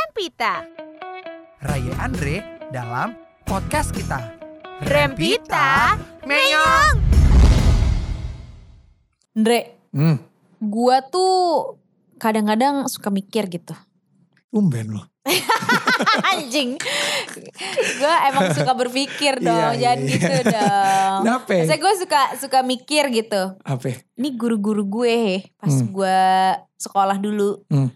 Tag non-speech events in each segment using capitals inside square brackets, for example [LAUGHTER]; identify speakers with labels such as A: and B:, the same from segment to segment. A: Rempita.
B: Raya Andre dalam podcast kita.
A: Rempita
B: Meong.
C: Andre,
B: Hmm,
C: gua tuh kadang-kadang suka mikir gitu.
B: umben loh.
C: Anjing. gua emang suka berpikir dong, jangan
B: Iya, iya, eh.
C: gitu
B: [LAUGHS] iya.
C: dong.
B: Kenapa?
C: Saya gue suka suka mikir gitu.
B: Apa?
C: Ini guru-guru gue pas
B: Hmm.
C: gue sekolah dulu.
B: Hmm.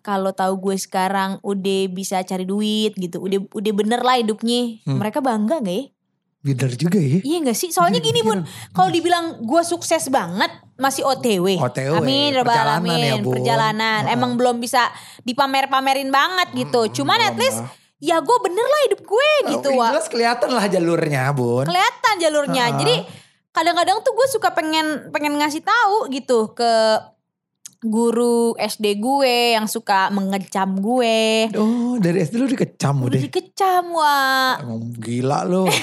C: Kalau tahu gue sekarang udah bisa cari duit gitu, udah udah bener lah hidupnya.
B: Hmm.
C: Mereka bangga gak ya?
B: Bidar juga ya.
C: Iya gak sih? Soalnya gini bun, kalau dibilang gue sukses banget masih OTW.
B: OTW,
C: Amin, Rabbal
B: perjalanan
C: alamin.
B: ya, Bun.
C: Perjalanan.
B: Heeh.
C: Emang belum bisa dipamer-pamerin banget gitu. Cuman at least ya gue bener lah hidup gue gitu
B: Oh,
C: Wak.
B: Jelas kelihatan lah jalurnya, Bun.
C: Kelihatan jalurnya.
B: Heeh.
C: Jadi kadang-kadang tuh gue suka pengen pengen ngasih tahu gitu ke guru SD gue yang suka mengecam gue.
B: Oh, dari SD lu dikecam
C: Udah
B: udah.
C: dikecam Wak.
B: Emang gila lu. [LAUGHS]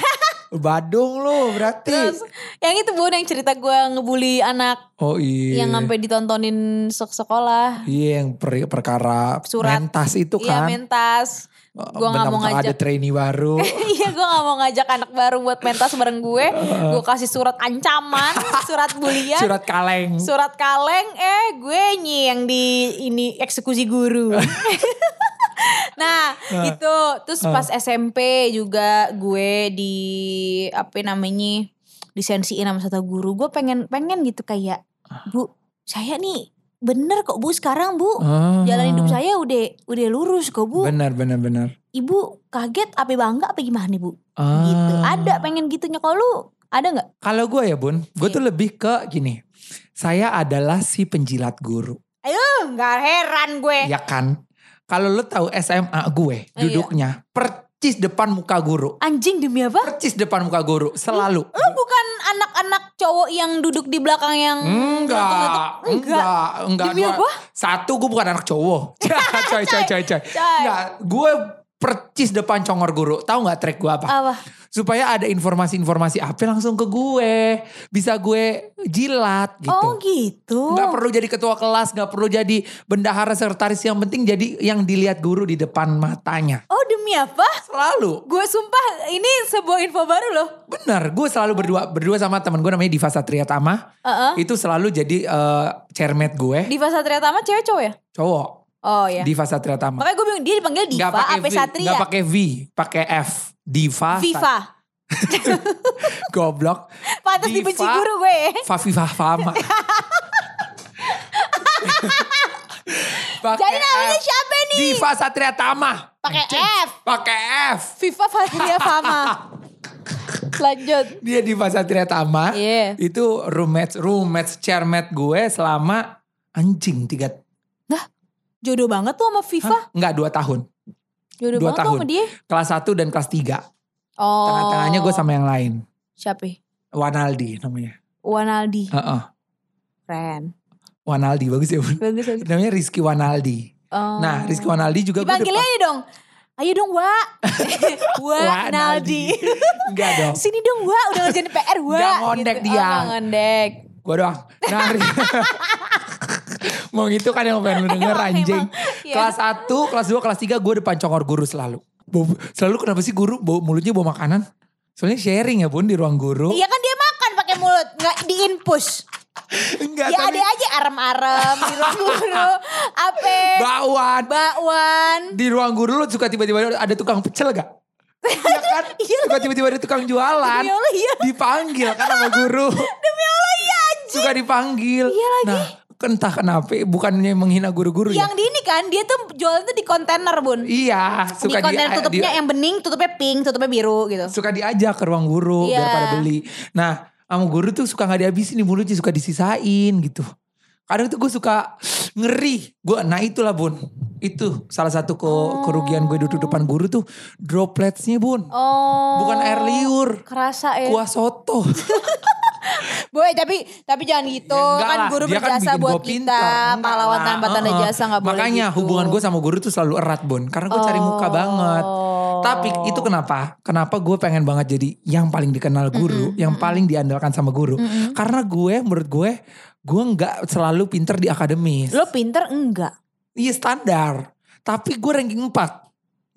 B: Badung lu berarti.
C: Terus yang itu bun yang cerita gue ngebully anak
B: oh iya.
C: yang sampai ditontonin sek sekolah
B: Iya yang per- perkara
C: Surat.
B: mentas itu
C: iya
B: kan.
C: mentas gua nggak mau
B: Bentar-bentar ada
C: ngajak.
B: trainee baru.
C: [LAUGHS] iya gue gak mau ngajak anak baru buat mentas bareng gue gue kasih surat [LAUGHS] ancaman surat bulian surat,
B: surat kaleng.
C: kaleng eh gue nyi yang di ini eksekusi [LAUGHS] guru nah itu terus pas SMP juga gue di apa namanya disensiin sama satu guru gue pengen pengen gitu kayak bu saya nih bener kok bu sekarang bu
B: Ah.
C: jalan hidup saya udah udah lurus kok bu
B: Benar benar benar.
C: ibu kaget apa bangga apa gimana nih bu
B: Ah.
C: gitu ada pengen gitunya kalau lu ada nggak
B: Kalau gue ya Bun, gue
C: Iya.
B: tuh lebih ke gini. Saya adalah si penjilat guru,
C: Eh, nggak heran gue
B: ya kan? Kalau lu tahu SMA
C: Eh.
B: gue,
C: Iya.
B: duduknya percis depan muka guru.
C: anjing demi apa
B: Percis depan muka guru, selalu.
C: lu bukan anak-anak cowok yang duduk di belakang yang ngelentok-ngelentok?
B: Enggak,
C: enggak
B: enggak, enggak.
C: Demi
B: Hmm, Gua-
C: apa?
B: Satu, gue bukan anak
C: [LAUGHS]
B: cowok. coy, coy, coy,
C: Coy.
B: coy. Enggak, gue percis depan congor guru. Tahu nggak track gue apa?
C: apa
B: Supaya ada informasi-informasi apa langsung ke gue. Bisa gue jilat gitu.
C: oh gitu
B: Nggak perlu jadi ketua kelas, nggak perlu jadi bendahara sekretaris. Yang penting jadi yang dilihat guru di depan matanya.
C: oh demi apa
B: Selalu.
C: gue sumpah ini sebuah info baru loh
B: Bener, gue selalu berdua berdua sama temen gue namanya Diva Satria Tama.
C: Heeh.
B: Itu selalu jadi eh, chairmate gue.
C: Diva Satria Tama cewek cowok ya
B: Cowok.
C: oh ya
B: Diva Satria Tama.
C: makanya gue bingung dia dipanggil Diva
B: Nggak pakai
C: apa
B: V,
C: Satria
B: nggak pakai V, pakai F. Diva. Sat-
C: Viva
B: Goblok.
C: pantas
B: Diva.
C: dibenci guru gue
B: Fafifa Fama. Pakai
C: Jadi namanya
B: F.
C: siapa nih?
B: Diva Satria Tama.
C: pakai F
B: Pakai F.
C: Viva Satria
B: [LAUGHS]
C: Fama lanjut
B: dia di Satria Tama
C: Iya.
B: itu roommate roommate chairmate gue selama anjing tiga
C: Jodoh banget tuh sama Viva.
B: nggak dua tahun
C: Jodoh
B: Dua
C: banget tuh
B: tahun.
C: sama dia.
B: kelas satu dan kelas tiga
C: Oh.
B: tengah-tengahnya gue sama yang lain
C: Siapa? ya?
B: Wanaldi namanya
C: Wanaldi.
B: Heeh.
C: Keren.
B: Wanaldi bagus ya bun
C: Bagus bagus.
B: namanya Rizky Wanaldi
C: Oh.
B: nah Rizky Wanaldi juga gue
C: Dipanggilnya aja dong. Ayo dong
B: [LAUGHS]
C: Wa. Wa Naldi.
B: enggak dong
C: Sini dong Wa. Udah ngerjain PR Wa.
B: Nggak ngondek dia.
C: Oh, nggak ngondek.
B: gue doang nah Ri- [LAUGHS] mau gitu kan yang pengen lu denger
C: Emang,
B: anjing
C: emang. Iya.
B: kelas 1 kelas 2 kelas 3 gue depan congor guru selalu Bau- selalu kenapa sih guru bau, mulutnya bau makanan soalnya sharing ya bun di ruang guru [LAUGHS]
C: Iya kan dia makan pakai mulut. Nggak diinpus.
B: enggak
C: Ya
B: tapi
C: ada aja arem-arem di ruang
B: [LAUGHS]
C: guru. Ape.
B: bawaan
C: Bakwan.
B: di ruang guru lu suka tiba-tiba ada tukang pecel gak? Iya kan?
C: [LAUGHS] Iya.
B: Suka tiba-tiba ada tukang jualan.
C: Demi Allah, iya.
B: Dipanggil kan sama guru. Demi Allah iya Suka dipanggil.
C: Iya lagi.
B: Nah entah kenapa bukannya menghina guru-guru ya.
C: Yang di ini kan dia tuh jualan tuh di kontainer bun.
B: Iya, suka
C: di konten
B: dia-
C: tutupnya
B: dia-
C: yang bening, tutupnya pink, tutupnya biru gitu.
B: suka diajak ke ruang guru
C: Iya.
B: biar pada beli. Nah, sama guru tuh suka nggak dihabisin di mulutnya, suka disisain gitu. Kadang tuh gue suka ngeri. Gue nah itulah bun. Itu salah satu ke- kerugian gue duduk depan guru tuh dropletsnya bun.
C: Oh.
B: Bukan air liur,
C: Kerasa ya.
B: kuah soto.
C: Boy, tapi tapi jangan gitu.
B: Ya, enggak
C: kan
B: lah,
C: guru
B: dia
C: berjasa
B: bikin
C: buat
B: gua
C: kita.
B: pinter. Enggak
C: Pahlawan
B: lah,
C: tanpa tanda
B: uh-uh.
C: jasa nggak boleh
B: Makanya
C: gitu.
B: hubungan gue sama guru tuh selalu erat Bun. Karena gue cari muka
C: Oh.
B: banget. Tapi itu kenapa? Kenapa gue pengen banget jadi yang paling dikenal guru. Yang paling diandalkan sama guru. Karena gue menurut gue. Gue nggak selalu pinter di akademis.
C: Lo pinter enggak?
B: Iya standar. Tapi gue ranking 4.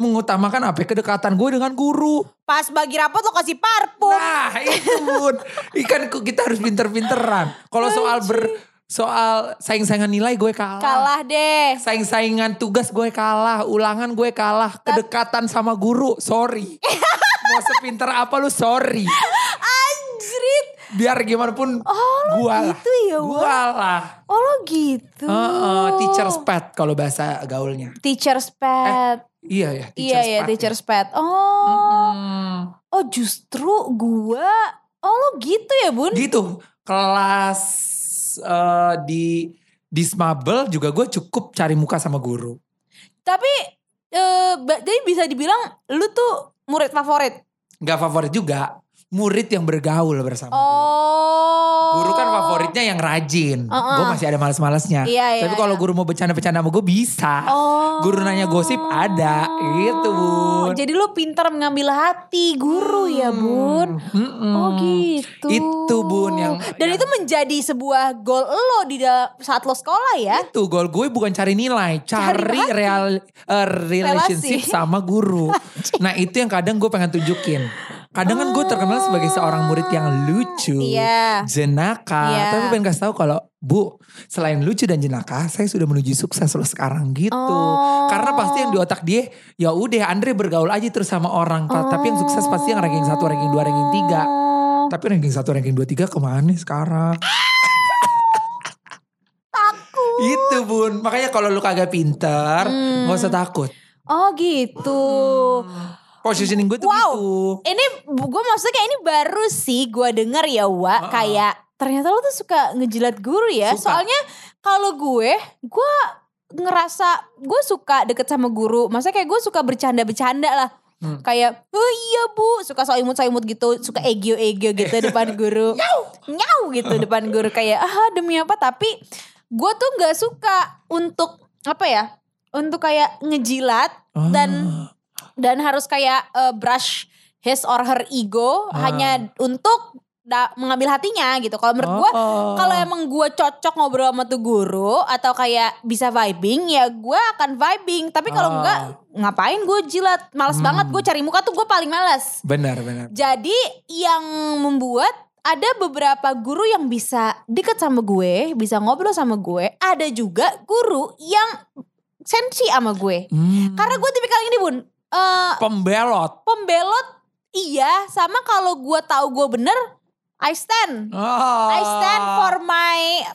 B: Mengutamakan apa? ya? Kedekatan gue dengan guru.
C: Pas bagi rapot lo kasih parpum.
B: Nah itu bun. Ikan ku- kita harus pinter-pinteran. Kalau soal ber soal saing-saingan nilai gue kalah.
C: Kalah deh.
B: Saing-saingan tugas gue kalah. Ulangan gue kalah. Kedekatan sama guru.
C: [LAUGHS]
B: Sorry. Mau sepinter apa lu sorry.
C: Anjrit.
B: Biar gimana pun
C: Oh lo
B: gue lah.
C: gitu ya Wak?
B: Gue lah.
C: Oh lo gitu.
B: Heeh, teacher's pet kalau bahasa gaulnya.
C: Teacher's pet.
B: Iya ya, Hmm.
C: iya iya
B: pet.
C: teacher's pet. Oh. Oh justru gua. Oh lo gitu ya bun.
B: Gitu. Kelas eh, di di Smabel juga gue cukup cari muka sama guru.
C: Tapi. eh, ba- jadi bisa dibilang lu tuh murid favorit.
B: Gak favorit juga, murid yang bergaul bersama. guru.
C: Oh.
B: Guru kan favoritnya yang rajin.
C: Uh-uh.
B: Gue masih ada males-malesnya.
C: Iya, iya,
B: Tapi kalau
C: iya.
B: guru mau bercanda-bercanda sama gue bisa.
C: Oh.
B: Guru nanya gosip ada, gitu, Bun. Hmm.
C: Jadi lu pintar mengambil hati guru ya bun.
B: Mm-mm.
C: Oh gitu.
B: Itu, Bun, yang-
C: Dan
B: yang-
C: itu menjadi sebuah goal lo di da- saat lo sekolah ya.
B: Itu goal gue bukan cari nilai, cari,
C: Cari hati.
B: real eh,
C: Relasi.
B: relationship sama
C: [LAUGHS]
B: guru. nah itu yang kadang gue pengen tunjukin. Kadang kan gue terkenal sebagai seorang murid yang lucu,
C: Iya.
B: jenaka.
C: Iya.
B: Tapi pengen kasih tahu kalau Bu, selain lucu dan jenaka, saya sudah menuju sukses loh sekarang gitu.
C: Oh.
B: Karena pasti yang di otak dia, ya udah Andre bergaul aja terus sama orang. Kalau Tapi yang sukses pasti yang ranking 1, ranking 2, ranking 3.
C: Oh,
B: Tapi ranking 1, ranking 2, 3 kemana sekarang?
C: takut.
B: Itu bun, makanya kalau lu kagak pinter,
C: Hmm.
B: gak usah takut.
C: Oh gitu.
B: Positioning gue tuh
C: Wow.
B: gitu.
C: Ini gue maksudnya ini baru sih gue denger ya Wa
B: Uh-uh.
C: kayak ternyata lo tuh suka ngejilat guru ya.
B: Suka.
C: Soalnya kalau gue gue ngerasa gue suka deket sama guru. Maksudnya kayak gue suka bercanda-bercanda lah.
B: Hmm.
C: Kayak oh iya bu suka so imut so imut gitu suka egio egio
B: [LAUGHS]
C: gitu depan guru nyau gitu depan guru kayak ah demi apa tapi gue tuh nggak suka untuk apa ya untuk kayak ngejilat dan
B: Ah.
C: dan harus kayak eh, brush his or her ego
B: Ah.
C: hanya untuk da- mengambil hatinya gitu. Kalau menurut gue,
B: Oh.
C: kalau emang gue cocok ngobrol sama tuh guru atau kayak bisa vibing, ya gue akan vibing. Tapi kalau
B: Ah.
C: enggak, ngapain gue jilat? Males
B: Hmm.
C: banget gue cari muka tuh gue paling males.
B: Benar, benar.
C: Jadi yang membuat ada beberapa guru yang bisa deket sama gue, bisa ngobrol sama gue. Ada juga guru yang sensi sama gue.
B: Hmm.
C: Karena gue tipikal ini bun, eh,
B: Pembelot.
C: pembelot iya sama kalau gue tahu gue bener I stand
B: Ah.
C: I stand for my eh,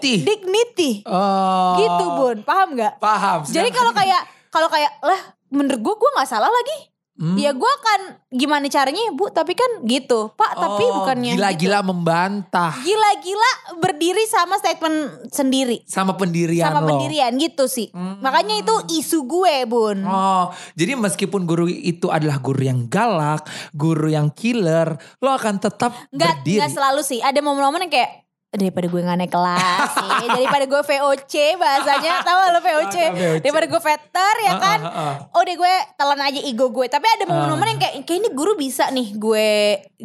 B: Dignity.
C: dignity
B: Ah.
C: gitu bun paham nggak
B: Paham.
C: jadi kalau kayak kalau kayak lah menurut gue gue nggak salah lagi
B: Hmm.
C: ya gue akan gimana caranya bu tapi kan gitu pak tapi
B: Oh,
C: bukannya
B: Gila-gila membantah.
C: gitu. gila-gila berdiri sama statement sendiri
B: Sama pendirian
C: sama
B: lo.
C: pendirian gitu sih
B: Iya, Hmm.
C: makanya itu isu gue bun
B: Oh, jadi meskipun guru itu adalah guru yang galak, guru yang killer, lo akan tetap
C: Nggak,
B: berdiri.
C: nggak selalu sih. Ada momen-momen yang kayak daripada gue nggak naik kelas
B: [LAUGHS]
C: sih. daripada gue VOC bahasanya tahu lo VOC
B: Ah, VOC.
C: daripada gue vetter ya
B: Ah,
C: kan
B: ah, ah, ah.
C: oh deh gue telan aja ego gue tapi ada momen-momen yang kayak kayak ini guru bisa nih gue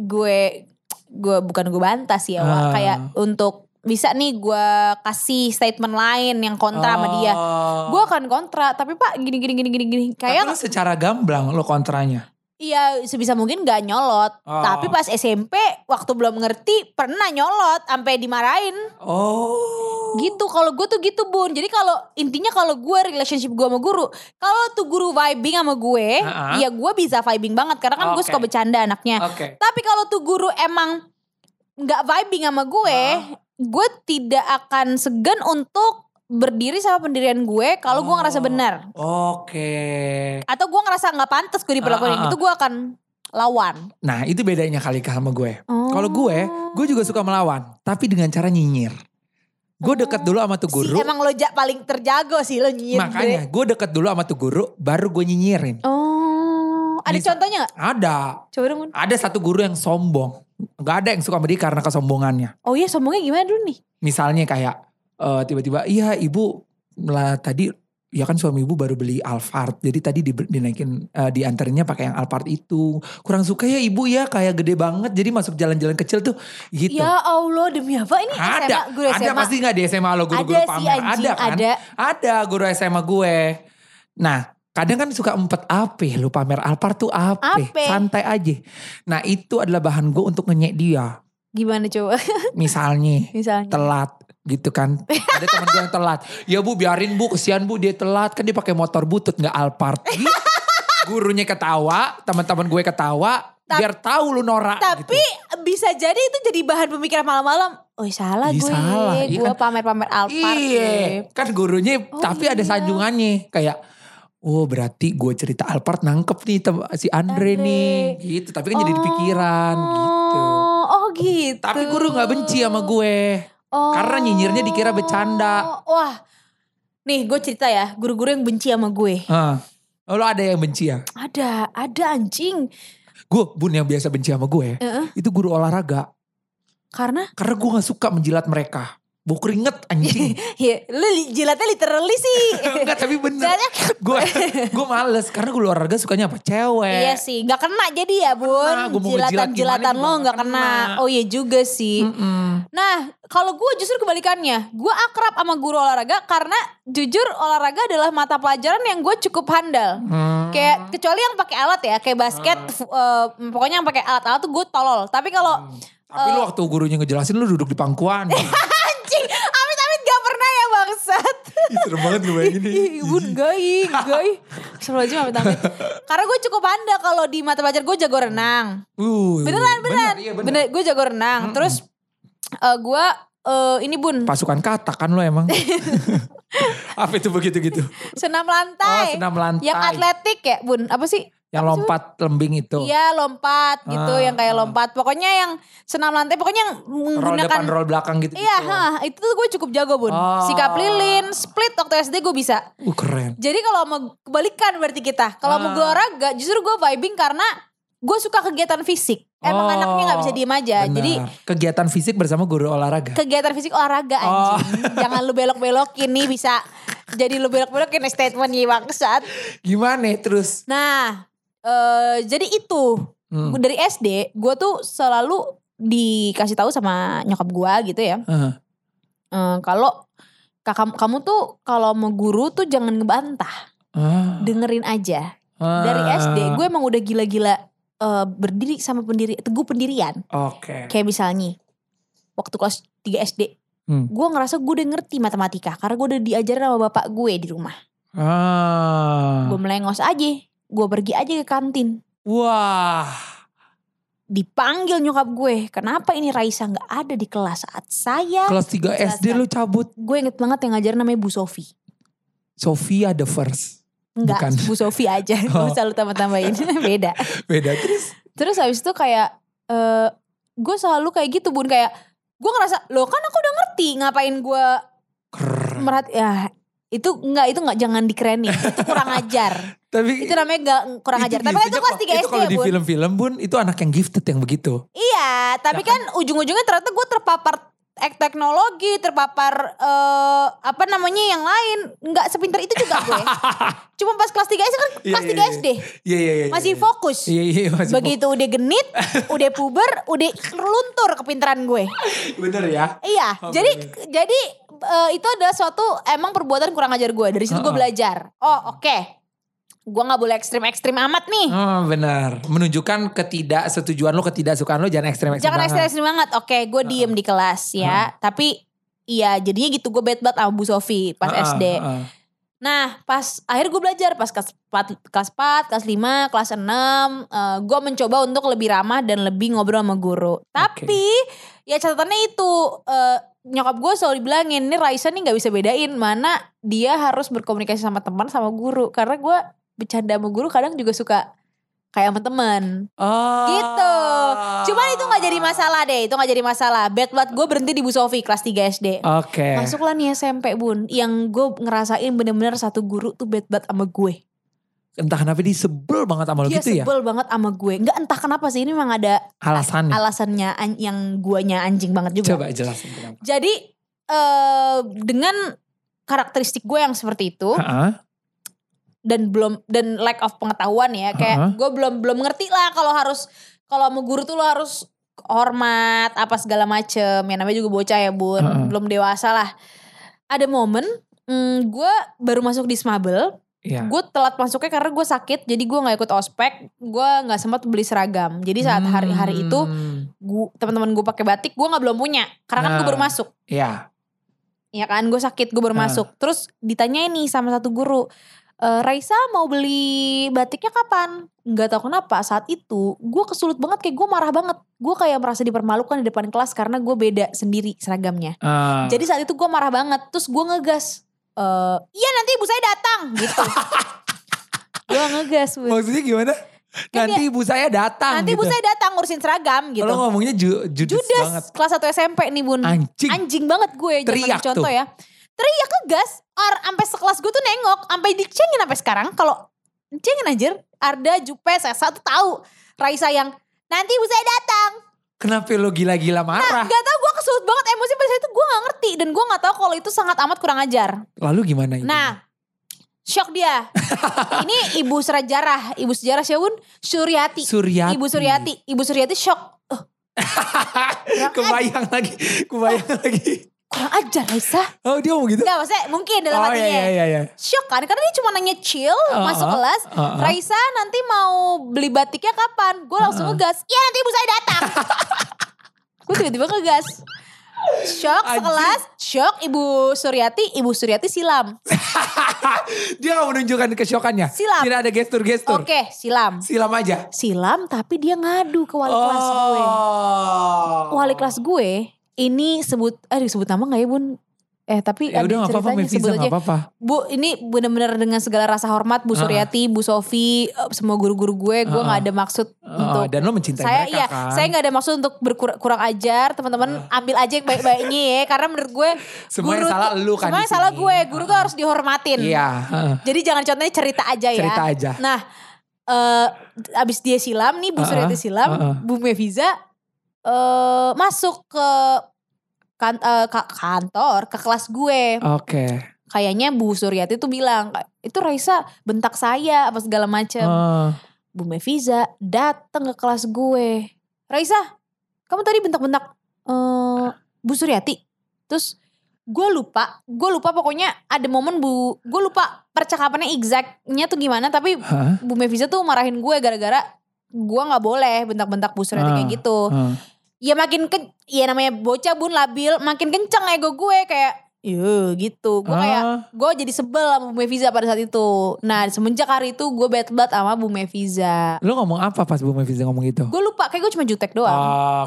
C: gue gue bukan gue bantah sih ya Wak.
B: Ah.
C: kayak untuk bisa nih gue kasih statement lain yang kontra sama dia
B: Oh.
C: gue akan kontra tapi pak gini gini gini gini gini kayak
B: Tapi lu secara gamblang lo kontranya.
C: Iya sebisa mungkin gak nyolot
B: Oh.
C: Tapi pas SMP waktu belum ngerti pernah nyolot sampai dimarahin
B: Oh.
C: gitu Kalau gue tuh gitu bun Jadi kalau intinya kalau gue relationship gue sama guru Kalau tuh guru vibing sama gue
B: Ha-ha.
C: Ya gue bisa vibing banget karena kan gue
B: Oke.
C: suka bercanda anaknya
B: Oke.
C: Tapi kalau tuh guru emang gak vibing sama gue Gue tidak akan segan untuk berdiri sama pendirian gue Kalau gue ngerasa
B: Oh.
C: benar
B: Oke.
C: Atau gue ngerasa gak pantas gue diperlakuin
B: Ha-ha.
C: Itu gue akan lawan
B: Nah itu bedanya kali Kak, sama gue.
C: Oh.
B: Kalau gue, gue juga suka melawan. Tapi dengan cara nyinyir. Gue deket dulu sama tuh guru.
C: Oh, Si emang lo ja- paling terjago sih lo nyinyir.
B: makanya gue deket dulu sama tuh guru. Baru gue nyinyirin.
C: Oh, ada
B: Bisa.
C: contohnya gak?
B: Ada.
C: Coba dong. Bun.
B: Ada satu guru yang sombong. Gak ada yang suka sama dia karena kesombongannya.
C: Oh iya sombongnya gimana dulu nih?
B: Misalnya kayak eh, tiba-tiba, iya ibu lah tadi ya kan suami ibu baru beli Alphard. Jadi tadi di, dinaikin eh, dianterinnya pakai yang Alphard itu. Kurang suka ya ibu ya kayak gede banget. Jadi masuk jalan-jalan kecil tuh gitu.
C: Ya Allah demi apa ini SMA
B: ada,
C: guru SMA.
B: ada kan? pasti nggak di SMA lo guru-guru
C: ada sih
B: pamer,
C: anjing,
B: ada kan?
C: ada.
B: Ada guru SMA gue. Nah, kadang kan suka empet ape, lu pamer Alphard tuh ape,
C: Ape.
B: santai aja. Nah, itu adalah bahan gue untuk ngenyek dia.
C: Gimana coba [LAUGHS]
B: Misalnya
C: misalnya?
B: telat gitu kan. Ada teman gue yang telat. Ya bu biarin bu, kesian bu dia telat. Kan dia pakai motor butut gak Alphard. Gitu. Gurunya ketawa, teman-teman gue ketawa.
C: Ta-
B: biar tahu lu norak gitu.
C: Tapi bisa jadi itu jadi bahan pemikiran malam-malam. Oh salah
B: Ih,
C: gue,
B: salah. Iya
C: gue
B: kan?
C: pamer-pamer Alphard.
B: Iya, kan gurunya
C: Oh,
B: tapi ada
C: iya.
B: sanjungannya kayak Oh berarti gue cerita Alphard nangkep nih tem- si
C: Andre.
B: Andre, nih gitu. Tapi kan jadi di pikiran gitu.
C: Oh, oh gitu.
B: Tapi guru gak benci sama gue.
C: Oh.
B: Karena nyinyirnya dikira bercanda.
C: Wah. Nih gue cerita ya, guru-guru yang benci sama gue.
B: Heeh. Oh, lo ada yang benci ya?
C: Ada, ada anjing.
B: Gue bun yang biasa benci sama gue.
C: Heeh.
B: Itu guru olahraga.
C: Karena [LAUGHS]
B: Karena gue gak suka menjilat mereka. Bau keringet
C: [LAUGHS]
B: anjing.
C: ya, lu li- jilatnya literally sih. [LAUGHS]
B: Enggak tapi bener.
C: Soalnya
B: Gue gue males. Karena guru olahraga sukanya apa? Cewek.
C: iya sih, gak kena jadi ya
B: kena,
C: bun.
B: gua mau ngejilat
C: Jilatan-jilatan
B: gimana juga
C: lo
B: nggak
C: gak kena.
B: kena. Hmm.
C: Oh iya juga sih.
B: Mm-mm.
C: Nah, kalau gue justru kebalikannya. Gue akrab sama guru olahraga karena jujur olahraga adalah mata pelajaran yang gue cukup handal.
B: Hmm.
C: Kayak kecuali yang pakai alat ya, kayak basket, fu- eh, pokoknya yang pakai alat-alat tuh gue tolol. Tapi kalau
B: Tapi
C: Oh.
B: lu waktu gurunya ngejelasin lu duduk di pangkuan.
C: [LAUGHS] anjing, amit-amit gak pernah ya bangsat. [LAUGHS]
B: Ih, Serem banget gue ini.
C: Ih, bun gai, gai.
B: [LAUGHS]
C: Sebelum aja amit-amit. Karena gue cukup handal kalau di mata pelajaran gue jago renang.
B: Uh,
C: Beneran, beneran.
B: bener, iya, bener.
C: Bener, gue jago renang. Terus eh, gue, eh, ini bun,
B: Pasukan kata kan lo
C: [LAUGHS]
B: emang. apa itu begitu gitu?
C: senam
B: Oh,
C: lantai.
B: senam lantai.
C: Yang atletik ya bun, apa sih?
B: Yang lompat lembing itu.
C: Iya lompat gitu,
B: Ah,
C: yang kayak lompat. Pokoknya yang senam lantai, pokoknya yang
B: Roll depan,
C: menggunakan...
B: roll belakang gitu.
C: Iya, hah, itu tuh gue cukup jago bun.
B: Oh.
C: Sikap lilin, split waktu SD gue bisa.
B: Uh, keren.
C: Jadi kalau mau kebalikan berarti kita. Kalau mau
B: Ah.
C: gue olahraga justru gue vibing karena gue suka kegiatan fisik. Emang
B: Oh,
C: anaknya gak bisa diem aja.
B: Benar.
C: Iya, Jadi
B: kegiatan fisik bersama guru olahraga.
C: kegiatan fisik olahraga
B: Oh.
C: anjing. Jangan lu belok-belokin nih bisa jadi lu belok-belokin statement nih bangsat.
B: Gimana terus?
C: Nah eh jadi itu
B: Hmm.
C: dari SD gue tuh selalu dikasih tahu sama nyokap gue gitu ya.
B: Eh,
C: Eh kalau kakak kamu tuh kalau mau guru tuh jangan ngebantah.
B: ah,
C: Dengerin aja.
B: ah.
C: dari SD gue emang udah gila-gila eh, berdiri sama pendiri teguh pendirian
B: Oke.
C: kayak misalnya waktu kelas 3 SD
B: Hmm.
C: gue ngerasa gue udah ngerti matematika karena gue udah diajarin sama bapak gue di rumah
B: Ah.
C: gue melengos aja gue pergi aja ke kantin
B: Wah.
C: dipanggil nyokap gue kenapa ini Raisa nggak ada di kelas saat saya
B: Kelas 3 SD lu cabut.
C: gue inget banget yang ngajarin namanya Bu Sofi
B: Sofia the first.
C: Enggak,
B: Bukan.
C: Bu Sofi
B: [LAUGHS]
C: aja.
B: Oh.
C: Gue selalu tambah-tambahin. [LAUGHS] Beda.
B: Beda terus.
C: Terus habis itu kayak eh gue selalu kayak gitu bun kayak gue ngerasa loh kan aku udah ngerti ngapain gue
B: Keren.
C: merhat ya itu enggak itu enggak jangan dikerenin itu kurang ajar
B: Tapi
C: itu namanya enggak kurang ajar tapi kan itu
B: biasanya
C: kelas 3
B: kalau- itu
C: SD
B: kalau
C: ya
B: di
C: bun
B: film-film bun itu anak yang gifted yang begitu
C: iya tapi
B: Ya
C: kan ujung-ujungnya ternyata gue terpapar ek- teknologi terpapar eh, apa namanya yang lain enggak sepinter itu juga
B: [LAUGHS]
C: gue cuma pas kelas 3 SD kan
B: Iya,
C: kelas 3
B: iya, iya.
C: SD
B: iya iya iya
C: masih
B: iya.
C: fokus
B: iya iya masih
C: begitu udah
B: [LAUGHS]
C: genit udah puber udah luntur kepintaran gue
B: fokus. bener ya
C: Iya,
B: Oh,
C: jadi jadi eh, itu adalah suatu emang perbuatan kurang ajar gue. Dari situ gue
B: Heeh.
C: belajar. Oh oke, gue nggak boleh ekstrim ekstrim amat nih.
B: oh, benar menunjukkan ketidaksetujuan lo ketidaksukaan lo jangan ekstrem ekstrem
C: Jangan ekstrim ekstrim banget. Oke, gue diem di kelas ya. Tapi iya jadinya gitu gue bad banget sama Bu Sofi pas
B: Ah,
C: SD. Nah pas akhir gue belajar pas kelas 4, kelas 4, kelas 5, kelas 6 Gue mencoba untuk lebih ramah dan lebih ngobrol sama guru Tapi ya catatannya itu eh, Nyokap gue selalu dibilangin Ini Raisa nih gak bisa bedain Mana dia harus berkomunikasi sama teman sama guru Karena gue bercanda sama guru kadang juga suka Kayak sama teman
B: oh.
C: Gitu Cuman itu gak jadi masalah deh Itu gak jadi masalah Bad blood gue berhenti di Bu Sofi kelas 3 SD
B: oke
C: Masuklah nih SMP bun Yang gue ngerasain bener-bener satu guru tuh bad banget sama gue
B: entah kenapa dia sebel banget sama lo
C: Dia
B: gitu ya
C: Iya, sebel banget sama gue Nggak entah kenapa sih ini memang ada
B: alasannya
C: alasannya an- Yang guanya anjing banget juga
B: Hmm. coba jelasin kenapa
C: Jadi eh dengan karakteristik gue yang seperti itu
B: Heeh.
C: dan belum dan lack of pengetahuan ya kayak
B: Heeh.
C: gue belum belum ngerti lah kalau harus kalau mau guru tuh lo harus hormat apa segala macem ya namanya juga bocah ya bun
B: Heeh.
C: belum dewasa lah ada momen gue baru hmm, masuk di Smabel
B: Iya.
C: Gue telat masuknya karena gue sakit, jadi gue nggak ikut ospek, gue nggak sempat beli seragam. Jadi saat hari-hari itu,
B: Hmm,
C: gua- teman-teman gue pakai batik, gue nggak belum punya, karena kan gue
B: Nah.
C: baru masuk.
B: Iya.
C: Ya kan, gue sakit, gue baru
B: Ah.
C: masuk. Terus ditanyain nih sama satu guru, "E, Raisa mau beli batiknya kapan? Nggak tahu kenapa saat itu gue kesulut banget, kayak gue marah banget. Gue kayak merasa dipermalukan di depan kelas karena gue beda sendiri seragamnya.
B: Eh,
C: Jadi saat itu gue marah banget, terus gue ngegas. Eh, iya nanti ibu saya datang
B: [LAUGHS]
C: gitu. gue ngegas. Bun.
B: maksudnya gimana?
C: Kan
B: Nanti ibu saya datang.
C: Nanti
B: gitu.
C: ibu saya datang ngurusin seragam gitu.
B: Lo ngomongnya ju judes,
C: Judas
B: banget.
C: kelas 1 SMP nih bun.
B: Anjing.
C: Anjing banget gue zaman
B: Teriak
C: contoh
B: tuh.
C: ya. Teriak ngegas. Or sampai sekelas gue tuh nengok, sampai dicengin sampai sekarang kalau cengin anjir Arda Jupe saya satu tahu Raisa yang nanti ibu saya datang.
B: Kenapa lo gila-gila marah?
C: Gak tau gue kesulut banget emosi pada saat itu gue gak ngerti dan gue gak tahu kalau itu sangat amat kurang ajar.
B: Lalu gimana ini?
C: Nah,
B: gitu.
C: shock
B: [LAUGHS]
C: dia. ini ibu sejarah, ibu sejarah Syawun Suryati.
B: Suryati.
C: Ibu Suryati, ibu Suryati shock.
B: [LAUGHS]
C: Eh, kurang, aj-
B: kebayang lagi, kebayang
C: Oh.
B: lagi.
C: kurang ajar Raisa.
B: Oh dia ngomong gitu?
C: Enggak, maksudnya mungkin dalam
B: oh
C: hatinya. ya.
B: iya iya iya.
C: Shock kan, karena dia cuma nanya chill,
B: Uh-uh,
C: masuk kelas.
B: uh-uh.
C: Raisa nanti mau beli batiknya kapan? Gue langsung
B: Uh-uh.
C: ngegas. Iya nanti ibu saya
B: [LAUGHS]
C: datang. Gue tiba-tiba ngegas. Shock
B: Anjing.
C: sekelas, shock ibu Suryati, ibu Suryati silam.
B: dia gak menunjukkan kesyokannya.
C: Silam.
B: Tidak ada gestur-gestur.
C: Oke, silam.
B: Silam aja.
C: silam tapi dia ngadu ke wali kelas gue.
B: Oh.
C: Wali kelas gue ini sebut aduh sebut nama gak ya Bun? Eh tapi
B: Ya
C: ada
B: udah gak apa-apa
C: ceritanya
B: Mevisa
C: sebut aja.
B: gak apa-apa.
C: Bu ini benar-benar dengan segala rasa hormat Bu
B: Ah.
C: Suryati, Bu Sofi, eh, semua guru-guru gue, gue
B: Ah.
C: nggak ada maksud
B: Oh,
C: untuk
B: dan lo mencintai
C: saya
B: mereka
C: iya,
B: kan.
C: saya nggak ada maksud untuk berkurang kurang ajar, teman-teman ambil aja yang baik-baiknya ya karena menurut
B: [LAUGHS]
C: gue
B: Semua yang
C: guru
B: salah
C: tuh-
B: lu kan di
C: Semua yang salah
B: sini.
C: gue, guru tuh harus dihormatin.
B: Iya. heeh.
C: Jadi jangan contohnya cerita aja ya.
B: Cerita aja.
C: Nah, eh abis dia silam nih, Bu
B: Uh-uh,
C: Suryati silam,
B: uh-uh.
C: Bu Meviza eh masuk ke kan- eh, ka- kantor, ke kelas gue.
B: Oke.
C: Kayaknya Bu Suryati tuh bilang, itu Raisa bentak saya apa segala macem.
B: Heeh.
C: Bu Meviza datang ke kelas gue. Raisa, kamu tadi bentak-bentak eh Bu Suryati. Terus gue lupa, gue lupa pokoknya ada momen Bu, gue lupa percakapannya exactnya tuh gimana. Tapi
B: Hah?
C: Bu Meviza tuh marahin gue gara-gara gue nggak boleh bentak-bentak Bu Suryati
B: Ah.
C: kayak gitu.
B: Heeh.
C: Ya makin ke, ya namanya bocah bun labil, makin kenceng ego gue kayak, iya gitu. Gue kayak
B: Ah,
C: gue jadi sebel sama Bu Meviza pada saat itu. Nah semenjak hari itu gue bad blood sama Bu Meviza.
B: Lo ngomong apa pas Bu Mevisa ngomong itu?
C: Gue lupa kayak gue cuma jutek
B: Ah.
C: doang.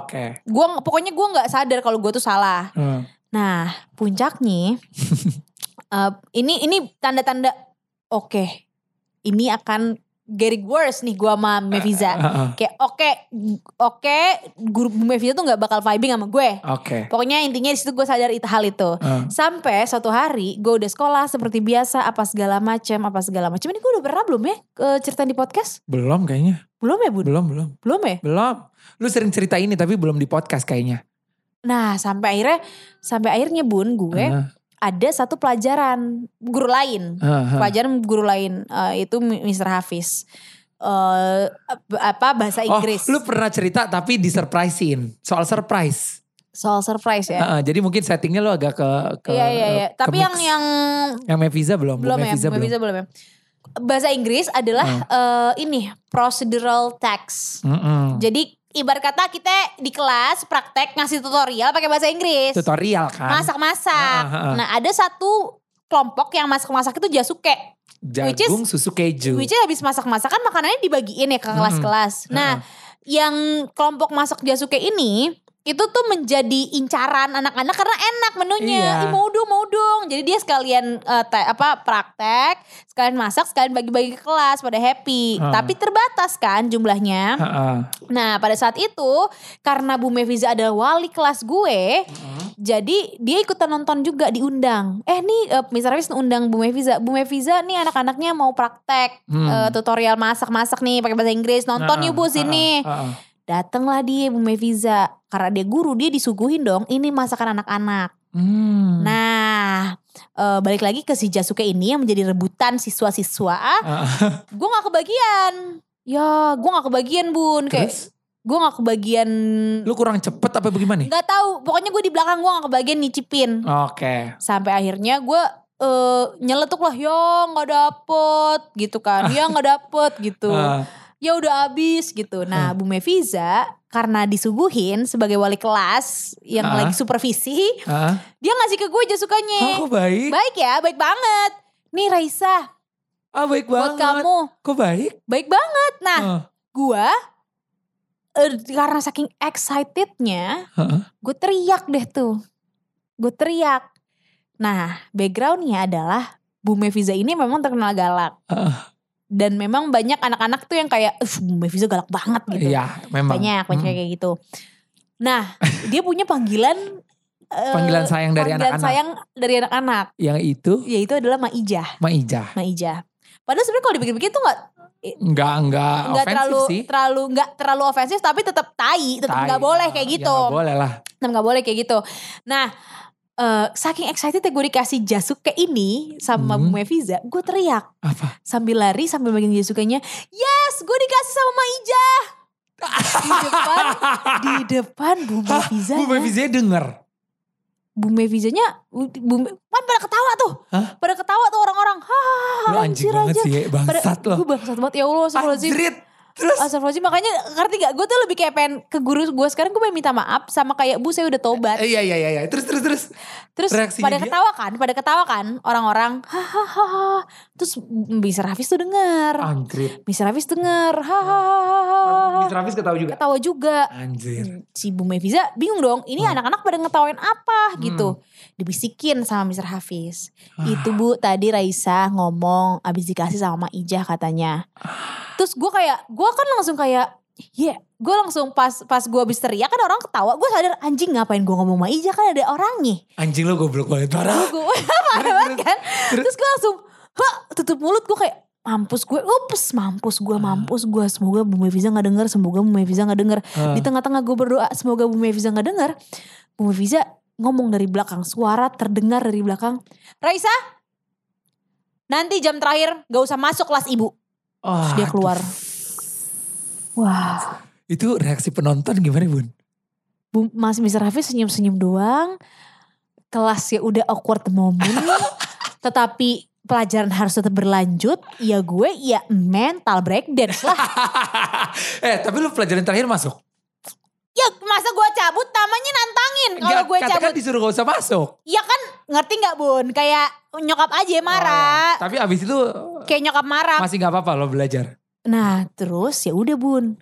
B: Oke.
C: Gue pokoknya gue nggak sadar kalau gue tuh salah.
B: Heeh.
C: Nah puncaknya eh, ini ini tanda-tanda oke ini akan getting worse nih gue sama Meviza.
B: Heeh.
C: Kayak oke oke guru Bu Meviza tuh nggak bakal vibing sama gue.
B: Oke.
C: Pokoknya intinya di situ gue sadar itu hal itu.
B: Heeh.
C: Sampai suatu hari gue udah sekolah seperti biasa apa segala macem apa segala macem. Ini gue udah pernah belum ya ke cerita di podcast?
B: Belum kayaknya.
C: Belum ya Bun?
B: Belum, belum.
C: Belum ya?
B: Belum. Lu sering cerita ini tapi belum di podcast kayaknya.
C: Nah sampai akhirnya sampai akhirnya Bun gue
B: Heeh.
C: ada satu pelajaran guru lain.
B: Heeh.
C: Pelajaran guru lain eh, itu Mr. Hafiz. Eh, apa bahasa Inggris.
B: Oh, lu pernah cerita tapi disurprisein soal surprise.
C: Soal surprise ya.
B: Heeh, jadi mungkin settingnya lu agak ke ke
C: Iya iya iya.
B: ke
C: Tapi
B: mix.
C: yang yang
B: yang Mevisa belum, Bu
C: belum ya,
B: Mevisa
C: belum.
B: belum. Hmm.
C: Bisa, belum ya. Bahasa Inggris adalah eh, ini procedural text.
B: Mm-mm.
C: Jadi ibarat kata kita di kelas praktek ngasih tutorial pakai bahasa Inggris.
B: Tutorial kan.
C: Masak-masak.
B: Ah, ah, ah.
C: Nah ada satu kelompok yang masak-masak itu jasuke. which is-
B: Jagung susu keju.
C: Which is habis masak-masak kan makanannya dibagiin ya ke kelas-kelas.
B: Gitu. Mm-mm.
C: Nah yang kelompok masak jasuke ini itu tuh menjadi incaran anak-anak karena enak menunya.
B: Iya.
C: Ih, mau dong, mau dong. Jadi dia sekalian eh, te- apa praktek, sekalian masak, sekalian bagi-bagi ke kelas pada happy.
B: Ah.
C: Tapi terbatas kan jumlahnya.
B: Heeh.
C: Nah pada saat itu karena Bu Meviza adalah wali kelas gue, jadi dia ikutan nonton juga diundang. Eh nih eh, Mr. Hafiz undang Bu Meviza, Bu Meviza nih anak-anaknya mau praktek
B: Hmm.
C: eh,
B: Nah,
C: tutorial masak-masak nih pakai bahasa Inggris, nonton
B: Heeh,
C: yuk Bu
B: heeh,
C: sini.
B: heeh.
C: Datanglah dia Bu Meviza, karena dia guru dia disuguhin dong ini masakan anak-anak.
B: Hmm.
C: Nah eh, balik lagi ke si Jasuke ini yang menjadi rebutan siswa-siswa,
B: Heeh.
C: gue gak kebagian. Ya, gue gak kebagian bun. Kayak
B: Terus
C: gue gak kebagian
B: lu kurang cepet apa bagaimana?
C: nggak tahu pokoknya gue di belakang gue gak kebagian nyicipin
B: Oke.
C: sampai akhirnya gue eh, nyeletuk lah ya nggak dapet gitu kan ya nggak dapet gitu
B: Ah,
C: ya udah habis gitu nah Bu Meviza karena disuguhin sebagai wali kelas yang
B: Ah.
C: lagi supervisi
B: ah.
C: dia ngasih ke gue jasukannya
B: Ah, kok baik?
C: Eh, baik ya baik banget nih Raisa
B: Ah, baik
C: buat
B: banget.
C: kamu
B: Kok baik?
C: baik banget nah
B: Ah,
C: gue eh, karena saking excitednya
B: Heeh.
C: gue teriak deh tuh gue teriak nah backgroundnya adalah Bu Meviza ini memang terkenal galak
B: Heeh.
C: dan memang banyak anak-anak tuh yang kayak "Uf, Bu Meviza galak banget gitu
B: Iya, memang.
C: banyak banyak
B: Hmm.
C: kayak gitu
B: [LAUGHS]
C: nah dia punya panggilan eh,
B: Panggilan sayang dari
C: panggilan
B: anak-anak.
C: sayang dari anak-anak
B: Yang itu
C: yaitu adalah Maijah
B: Maijah.
C: Maijah padahal sebenarnya kalau dipikir-pikir tuh nggak
B: Enggak, enggak
C: nggak
B: ofensif
C: terlalu
B: Ah, sih.
C: terlalu nggak terlalu ofensif tapi tetap tai tetap
B: Tai.
C: nggak boleh kayak
B: Ya,
C: gitu
B: nggak boleh lah.
C: tetap nggak boleh kayak gitu nah eh, saking excited ya gue dikasih jasuke ini sama
B: Hmm.
C: Bu Meviza gue teriak
B: Apa?
C: sambil lari sambil megang jasukenya yes gue dikasih sama Maija di depan di depan Bu
B: Hah,
C: Meviza
B: Bu Mevizia denger.
C: Bu Mevizanya Bu, Bu- kan pada ketawa tuh
B: Hah?
C: pada ketawa tuh orang-orang
B: Lu
C: hah
B: anjing banget sih, ya, bangsat lo.
C: gue bangsat banget ya Allah astagfirullahaladzim
B: Anjrit. Terus
C: Astagfirullahaladzim makanya ngerti gak gue tuh lebih kayak pengen ke guru gue sekarang gue pengen minta maaf sama kayak bu saya udah tobat
B: Eh, Iya iya iya iya. Terus terus terus.
C: terus
B: reaksinya
C: pada
B: dia?
C: ketawa kan pada ketawa kan orang-orang hahaha terus Mr. Hafiz tuh
B: Ah.
C: denger
B: Anjrit.
C: Mr. Hafiz denger hahaha
B: Terapis ketawa juga.
C: ketawa juga
B: Anjir.
C: Hmm, si Bu Meviza bingung dong ini
B: Hmm.
C: anak-anak pada ngetawain apa gitu dibisikin sama Mr. Hafiz
B: Ah.
C: itu Bu tadi Raisa ngomong abis dikasih sama Mak Ijah katanya
B: Ah.
C: terus gue kayak gue kan langsung kayak ya gue langsung pas pas gue abis teriak kan orang ketawa gue sadar anjing ngapain gue ngomong Mak Ijah kan ada orang
B: [LAUGHS]
C: nih
B: Anjing lo goblok
C: [LAUGHS]
B: banget parah.
C: gue marah banget kan
B: terus.
C: terus gue langsung "Hah," tutup mulut gue kayak mampus gue ups mampus gue
B: Ah.
C: mampus gue semoga Bu Meviza nggak denger semoga Bu Meviza nggak denger
B: Ah.
C: di tengah-tengah gue berdoa semoga Bu Meviza nggak dengar. Bu Meviza ngomong dari belakang, suara terdengar dari belakang. Raisa, nanti jam terakhir gak usah masuk kelas ibu.
B: Ah,
C: Terus dia keluar.
B: aduh.
C: Wah,
B: Itu reaksi penonton gimana bun? [LAUGHS]
C: Bu, Mas Mr. Hafiz senyum-senyum doang. Kelasnya udah awkward
B: [LAUGHS]
C: moment. tetapi pelajaran harus tetap berlanjut. Ya gue, ya mental breakdance
B: [LAUGHS]
C: lah.
B: eh tapi lu pelajaran terakhir masuk.
C: ya masa gue cabut namanya nantangin. Kalau
B: Nggak,
C: gue
B: katakan
C: cabut,
B: disuruh gak usah masuk.
C: ya kan ngerti nggak bun? Kayak nyokap aja yang marah. Ah.
B: Tapi abis itu
C: kayak nyokap marah.
B: masih nggak apa-apa lo belajar.
C: Nah terus ya udah bun.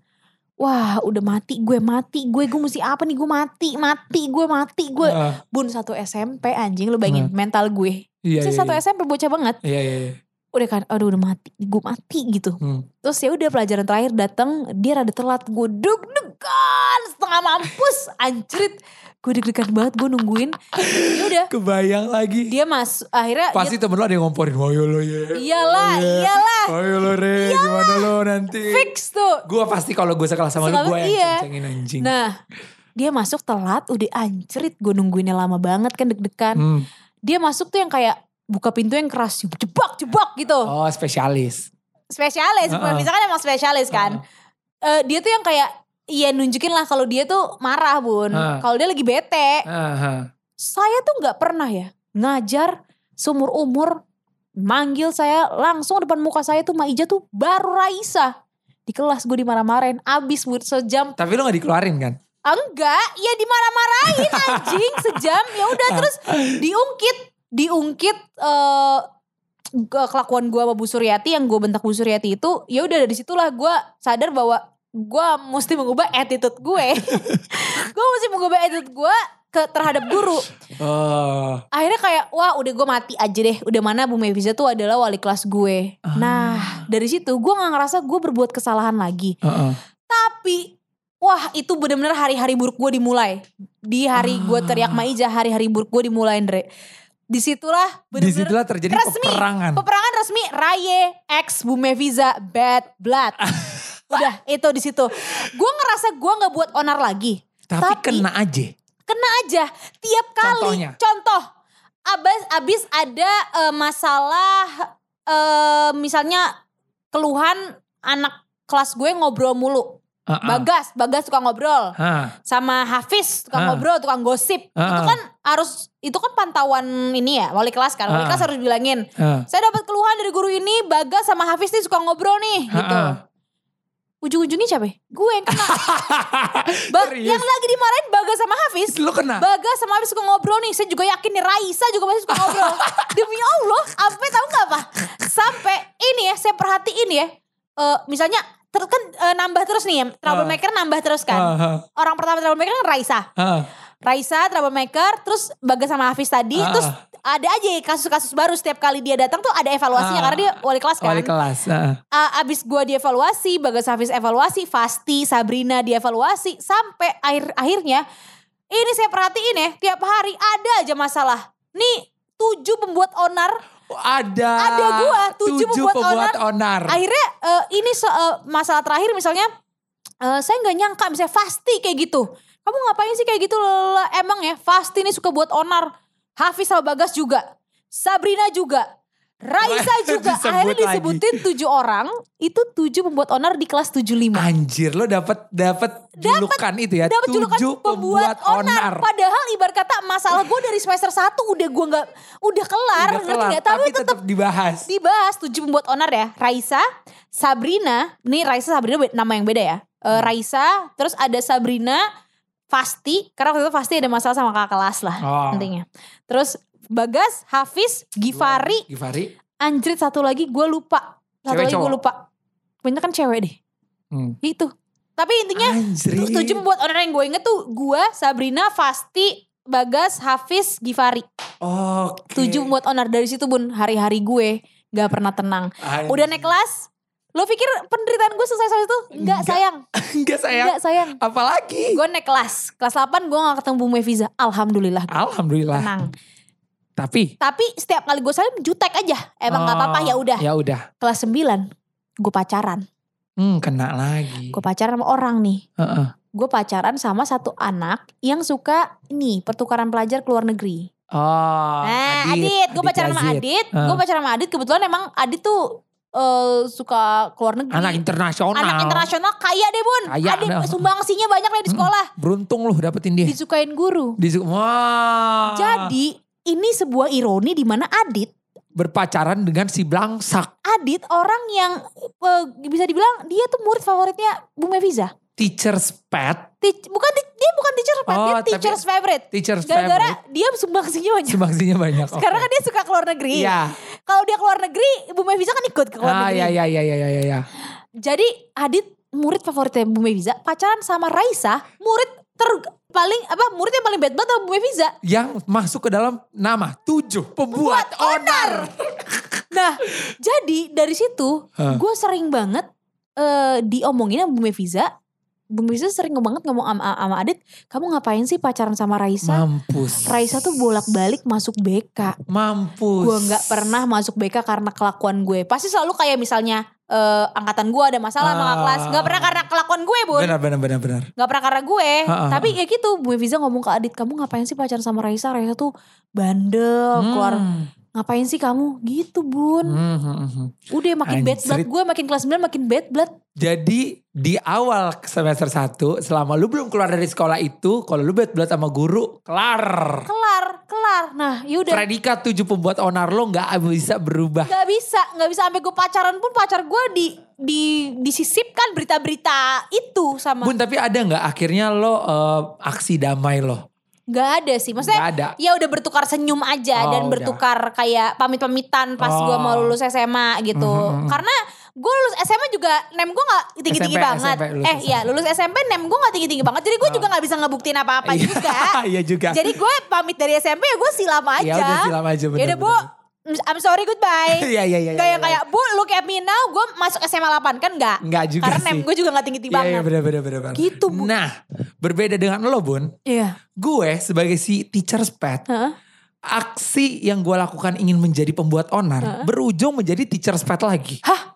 C: Wah udah mati gue mati gue gue mesti apa nih gue mati mati gue mati gue
B: Ah,
C: bun satu SMP anjing lu bayangin mental gue
B: Nah. iya,
C: Saya
B: iya,
C: satu
B: iya.
C: SMP bocah banget
B: Iya, iya, iya.
C: udah kan aduh udah mati gue mati gitu
B: Hmm.
C: terus ya udah pelajaran terakhir datang dia rada telat gue deg-degan setengah mampus anjrit gue deg-degan banget gue nungguin ya udah
B: Kebayang lagi.
C: dia Iya. mas akhirnya
B: Pasti temen lo ada yang ngomporin. Oh lo ya.
C: Iyalah, iyalah.
B: Oh lo re. Gimana lo nanti.
C: dia Iya. fix tuh
B: Gue pasti kalau gue sekelas sama lo
C: Selalu
B: gue yang
C: iya.
B: cengcengin anjing.
C: Nah, dia masuk telat, udah anjrit, gue nungguinnya lama banget kan deg-degan.
B: Hmm.
C: Dia masuk tuh yang kayak buka pintu yang keras, jebak-jebak gitu.
B: Oh spesialis.
C: Spesialis,
B: Heeh.
C: misalkan emang spesialis kan. Eh, dia tuh yang kayak, iya nunjukin lah kalau dia tuh marah bun.
B: Heeh.
C: Kalau dia lagi bete.
B: Aha.
C: Saya tuh gak pernah ya ngajar seumur-umur. Manggil saya langsung depan muka saya tuh Maija tuh baru Raisa. Di kelas gue dimarah-marahin. Abis bun sejam
B: Tapi lo gak dikeluarin kan?
C: enggak ya dimarah-marahin anjing sejam ya udah terus diungkit diungkit eh, ke- kelakuan gue sama Bu Suryati yang gue bentak Bu Suryati itu ya udah dari situlah gue sadar bahwa gue mesti mengubah attitude gue gue mesti mengubah attitude gue ke terhadap guru
B: Oh.
C: akhirnya kayak wah udah gue mati aja deh udah mana Bu Meviza tuh adalah wali kelas gue nah dari situ gue nggak ngerasa gue berbuat kesalahan lagi
B: Heeh.
C: tapi wah itu bener-bener hari-hari buruk gue dimulai di hari gue
B: Ah.
C: teriak Maija hari-hari buruk gue dimulai Andre disitulah bener-bener
B: Disitulah terjadi
C: resmi.
B: peperangan.
C: peperangan resmi Raye ex Bume Visa bad
B: [LAUGHS]
C: blood udah itu di situ gue ngerasa gue nggak buat onar lagi
B: Tapi, kena aja.
C: kena aja tiap kali
B: Contohnya?
C: contoh abis abis ada eh, masalah eh, misalnya keluhan anak kelas gue ngobrol mulu
B: Ah, ah.
C: Bagas, Bagas suka ngobrol.
B: Hah.
C: Sama Hafiz tukang
B: Ah.
C: ngobrol, tukang gosip.
B: Ah,
C: Itu
B: ah.
C: kan harus itu kan pantauan ini ya, wali kelas kan. Wali
B: Ah,
C: kelas
B: ah.
C: harus bilangin,
B: Ah.
C: "Saya dapat keluhan dari guru ini, Bagas sama Hafiz nih suka ngobrol nih." gitu.
B: Ah, ah.
C: Ujung-ujungnya siapa? ya? Gue yang
B: [LAUGHS]
C: kena. Ba-
B: Serius?
C: yang lagi dimarahin Bagas sama Hafiz.
B: Lu kena?
C: Bagas sama Hafiz suka ngobrol nih. Saya juga yakin nih Raisa juga pasti suka
B: [LAUGHS]
C: ngobrol. Demi Allah, sampai tahu nggak apa? Sampai ini ya, saya perhatiin ya. Eh, misalnya ter- kan eh, nambah terus nih ya, troublemaker nambah terus kan.
B: Ah, ah,
C: Orang pertama troublemaker kan Raisa.
B: ah.
C: Raisa troublemaker, terus Bagas sama Hafiz tadi,
B: Ah.
C: terus ada aja ya kasus-kasus baru setiap kali dia datang tuh ada evaluasinya
B: Ah.
C: karena dia wali kelas kan.
B: Wali kelas. ah.
C: Uh, abis gua dievaluasi, Bagas Hafiz evaluasi, Fasti, Sabrina dievaluasi, sampai akhir akhirnya ini saya perhatiin ya, tiap hari ada aja masalah. Nih tujuh pembuat onar,
B: Ada.
C: Ada gua, tujuh pembuat
B: onar.
C: akhirnya uh, ini se- uh, masalah terakhir misalnya, uh, saya nggak nyangka misalnya Fasti kayak gitu. Kamu ngapain sih kayak gitu? Lelelele. Emang ya Fasti ini suka buat onar, Hafiz sama Bagas juga, Sabrina juga. Raisa juga
B: Disebut
C: akhirnya
B: lagi.
C: disebutin tujuh orang itu tujuh pembuat onar di kelas 75.
B: Anjir lo dapat dapat julukan itu ya.
C: dapat julukan
B: tujuh
C: pembuat onar. Padahal ibarat kata masalah gue dari semester 1 udah gue nggak udah kelar,
B: Udah
C: ngerti
B: kelar,
C: nggak? Tapi,
B: tapi
C: tetap
B: tetap dibahas.
C: dibahas tujuh pembuat onar ya. Raisa, Sabrina, nih Raisa Sabrina be- nama yang beda ya. Eh,
B: Hmm.
C: Raisa, terus ada Sabrina, Fasti, karena waktu itu Fasti ada masalah sama kakak kelas lah
B: Oh.
C: intinya. Terus Bagas, Hafiz, Givari,
B: Givari.
C: Anjrit satu lagi gue lupa. Satu
B: Cewek
C: lagi gue
B: cowok?
C: lupa. Banyak kan cewek deh.
B: Hmm.
C: Itu. Tapi intinya
B: Anjir.
C: Terus tujuh buat orang yang gue inget tuh gue, Sabrina, Fasti, Bagas, Hafiz, Givari.
B: Oke.
C: Tujuh buat honor dari situ bun hari-hari gue gak pernah tenang.
B: Anjir.
C: Udah naik kelas, lo pikir penderitaan gue selesai sampai itu? Enggak
B: Enggak,
C: sayang,
B: Enggak sayang.
C: enggak sayang.
B: Apalagi.
C: Gue naik kelas, kelas 8 gue gak ketemu Bu Meviza. Alhamdulillah gue
B: Alhamdulillah.
C: tenang.
B: Tapi.
C: Tapi setiap kali gue salim jutek aja. Emang gak
B: Oh,
C: apa-apa ya udah.
B: Ya udah.
C: Kelas 9 gue pacaran.
B: Hmm, kena lagi.
C: Gue pacaran sama orang nih.
B: Heeh.
C: Gue pacaran sama satu anak yang suka ini pertukaran pelajar ke luar negeri.
B: Oh,
C: Nah, Adit, gue pacaran sama
B: Yazid.
C: Adit.
B: Ah.
C: Gue pacaran sama Adit kebetulan emang Adit tuh eh, suka keluar negeri.
B: Anak internasional.
C: Anak internasional kaya deh bun.
B: Kaya,
C: Adit
B: nah.
C: sumbangsinya banyak lah di
B: Mm-mm.
C: sekolah.
B: Beruntung lu dapetin dia.
C: Disukain guru.
B: Di, wah.
C: Jadi ini sebuah ironi di mana Adit,
B: berpacaran dengan si blangsak
C: Adit orang yang eh, bisa dibilang dia tuh murid favoritnya Bu Meviza.
B: teacher's pet,
C: Ti- bukan ti- dia bukan teacher pet, dia
B: Oh, tapi-
C: teacher's favorite.
B: teacher's favorite.
C: Gara-gara dia sumbangsinya banyak.
B: Sumbangsinya
C: [LAUGHS]
B: banyak. oke.
C: Karena kan dia suka keluar negeri.
B: Iya.
C: Kalau dia keluar negeri, Bu Meviza kan ikut ke luar
B: Ah,
C: negeri.
B: iya iya iya iya iya iya.
C: Jadi Adit murid favoritnya Bu Meviza pacaran sama Raisa murid ter paling apa murid yang paling bad banget sama Bu Meviza.
B: Yang masuk ke dalam nama tujuh pembuat onar.
C: Nah jadi dari situ
B: Hah.
C: gue sering banget eh, diomongin sama Bu Meviza. Bu Meviza sering banget ngomong sama, sama Adit, kamu ngapain sih pacaran sama Raisa?
B: Mampus.
C: Raisa tuh bolak-balik masuk BK.
B: Mampus.
C: Gue nggak pernah masuk BK karena kelakuan gue. Pasti selalu kayak misalnya eh, angkatan gue ada masalah sama
B: Ah.
C: kakak kelas. Nggak pernah karena kelakuan gue, Bun.
B: Benar Ah, benar benar benar.
C: Gak pernah karena gue.
B: Ha, ha,
C: Tapi ya gitu, Bu Fiza ngomong ke Adit, kamu ngapain sih pacaran sama Raisa? Raisa tuh bandel,
B: Hmm.
C: Oh, keluar. Ngapain sih kamu? Gitu bun.
B: Hmm, hmm, hmm, hmm.
C: Udah makin bad blood
B: Anjrit.
C: gue, makin kelas 9 makin bad blood.
B: Jadi di awal semester 1 selama lu belum keluar dari sekolah itu kalau lu bad blood sama guru kelar.
C: Kelar, kelar. Nah yaudah.
B: Predikat tujuh pembuat onar lo nggak bisa berubah.
C: Gak bisa, gak bisa sampai gue pacaran pun pacar gue di, di disisipkan berita-berita itu sama.
B: Bun tapi ada nggak akhirnya lo eh, aksi damai lo?
C: Gak ada sih, maksudnya
B: Nggak ada.
C: ya udah bertukar senyum aja
B: Oh,
C: dan
B: udah.
C: bertukar kayak pamit-pamitan pas
B: Oh.
C: gua mau lulus SMA gitu.
B: Mhm.
C: Karena gue lulus SMA juga nem gue gak tinggi-tinggi
B: SMP,
C: banget.
B: SMP, lulus
C: eh iya lulus SMP nem gue gak tinggi-tinggi banget. Jadi gue juga gak bisa ngebuktiin apa-apa
B: Ah. Iya,
C: juga.
B: [LAUGHS] Iya juga.
C: Jadi gue pamit dari SMP ya gue silam aja.
B: Ya udah silam aja bener.
C: Ya udah bu, I'm sorry goodbye.
B: [LAUGHS] Iya iya iya.
C: kayak kayak bu look at me now gue masuk SMA 8 kan gak?
B: Enggak juga
C: Karena
B: sih.
C: nem gue juga gak tinggi-tinggi
B: Iya,
C: banget.
B: iya bener bener bener. bener.
C: Gitu, Bu.
B: Nah berbeda dengan lo Bun.
C: Iya.
B: Gue sebagai si teacher's pet.
C: Heeh.
B: Aksi yang gue lakukan ingin menjadi pembuat onar. Berujung menjadi teacher's pet lagi.
C: Hah?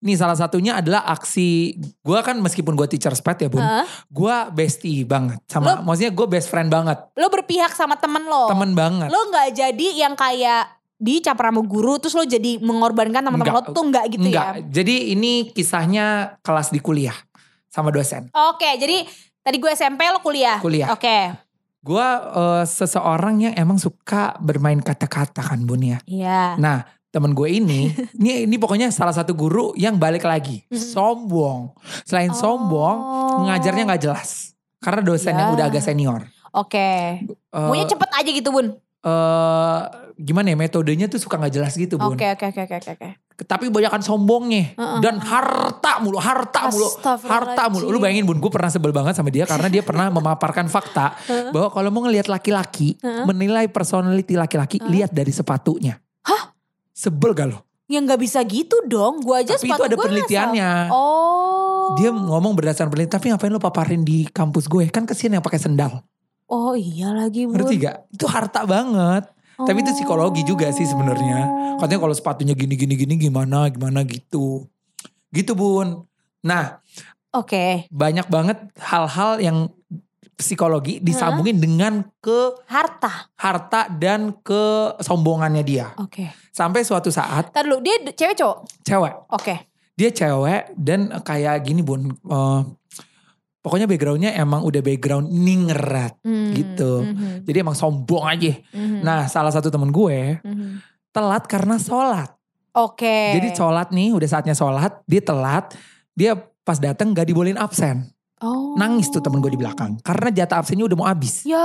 B: Nih salah satunya adalah aksi. Gue kan meskipun gue teacher's pet ya Bun.
C: Heeh.
B: Gue bestie banget. Sama maksudnya gue best friend banget.
C: Lo berpihak sama temen lo.
B: Temen banget.
C: lo nggak jadi yang kayak dicampur sama guru terus lo jadi mengorbankan teman-teman lo
B: Nggak.
C: tuh nggak gitu
B: Enggak.
C: ya
B: Jadi ini kisahnya kelas di kuliah. sama dosen.
C: Oke, jadi tadi gue SMP lo kuliah.
B: Kuliah.
C: Oke.
B: Gue eh, seseorang yang emang suka bermain kata-kata kan Bun ya.
C: Iya.
B: Nah temen gue
C: [LAUGHS]
B: ini, ini, ini pokoknya salah satu guru yang balik lagi.
C: Mhm.
B: Sombong. Selain sombong,
C: Oh.
B: ngajarnya nggak jelas. Karena dosen
C: Ya.
B: yang udah agak senior.
C: Oke.
B: Eh,
C: Maunya cepet aja gitu, Bun.
B: eh, gimana ya metodenya tuh suka nggak jelas gitu Bun.
C: Oke, oke, oke, oke, oke.
B: Tapi banyakan sombongnya
C: Heeh.
B: dan harta mulu, harta mulu, harta mulu. Lu bayangin Bun, gue pernah sebel banget sama dia karena dia
C: [LAUGHS]
B: pernah memaparkan fakta bahwa kalau mau ngelihat laki-laki,
C: Heeh.
B: menilai personality laki-laki
C: Heeh.
B: lihat dari sepatunya. Hah? Sebel gak lo?
C: Ya nggak bisa gitu dong. Gue aja
B: Tapi itu
C: sepatu
B: ada
C: gua
B: penelitiannya.
C: ngasal. Oh.
B: Dia ngomong berdasarkan penelitian, tapi ngapain lo paparin di kampus gue? Kan kesian yang pakai sendal.
C: Oh iya lagi, Bun.
B: Ngerti gak? Itu harta banget. Tapi itu psikologi juga sih sebenarnya. Katanya kalau sepatunya gini gini gini gimana gimana gitu. Gitu Bun. Nah,
C: Oke.
B: banyak banget hal-hal yang psikologi disambungin dengan ke
C: Harta.
B: harta dan ke sombongannya dia.
C: Oke.
B: Sampai suatu saat
C: Ntar dulu, dia d- cewek cowok?
B: cewek,
C: Oke.
B: dia cewek dan kayak gini Bun. eh, pokoknya backgroundnya emang udah background ningrat.
C: Hmm,
B: Gitu.
C: mhm,
B: Jadi emang sombong aja.
C: mhm,
B: Nah, salah satu temen gue
C: mhm.
B: telat karena sholat.
C: Oke.
B: Jadi sholat nih udah saatnya sholat, dia telat, dia pas datang gak dibolehin absen.
C: Oh.
B: Nangis tuh temen gue di belakang karena jatah absennya udah mau habis.
C: Ya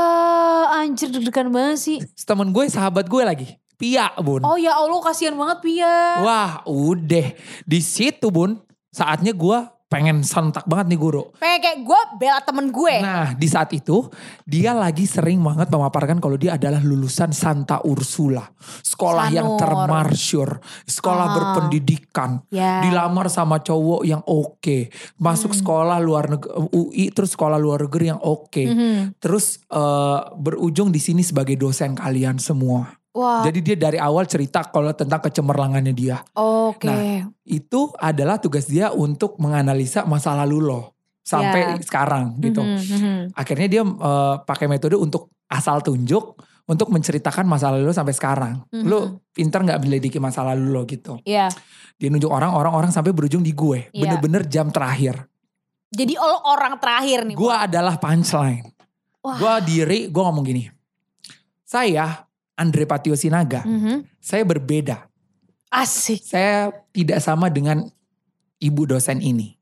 C: anjir deg-degan banget sih.
B: Terus Temen gue sahabat gue lagi, Pia bun.
C: Oh ya Allah kasihan banget Pia.
B: Wah udah di situ bun saatnya gue pengen sontak banget nih guru.
C: Pengen kayak gue bela temen gue.
B: Nah di saat itu dia lagi sering banget memaparkan kalau dia adalah lulusan Santa Ursula. Sekolah yang
C: Sanur.
B: termasyur, sekolah
C: Ah.
B: berpendidikan,
C: ya.
B: dilamar sama cowok yang oke, masuk sekolah luar negeri UI terus sekolah luar negeri yang oke.
C: Mhm.
B: Terus eh, berujung di sini sebagai dosen kalian semua.
C: Wah.
B: Jadi dia dari awal cerita kalau tentang kecemerlangannya dia.
C: Oke.
B: Nah, Itu adalah tugas dia untuk menganalisa masa lalu lo
C: Ya.
B: sampai sekarang gitu.
C: Mhm, mhm.
B: Akhirnya dia eh, pakai metode untuk asal tunjuk untuk menceritakan masa lalu lo sampai sekarang.
C: Mhm.
B: Lo pinter nggak menyelidiki masa lalu lo gitu.
C: Ya.
B: Dia nunjuk orang, orang-orang sampai berujung di gue.
C: Iya.
B: Bener-bener jam terakhir.
C: Jadi lo orang terakhir nih.
B: Gue adalah punchline.
C: Wah.
B: Gue diri, gue ngomong gini. Saya, Andre Patio Sinaga.
C: Mhm.
B: Saya berbeda.
C: Asik.
B: Saya tidak sama dengan ibu dosen ini.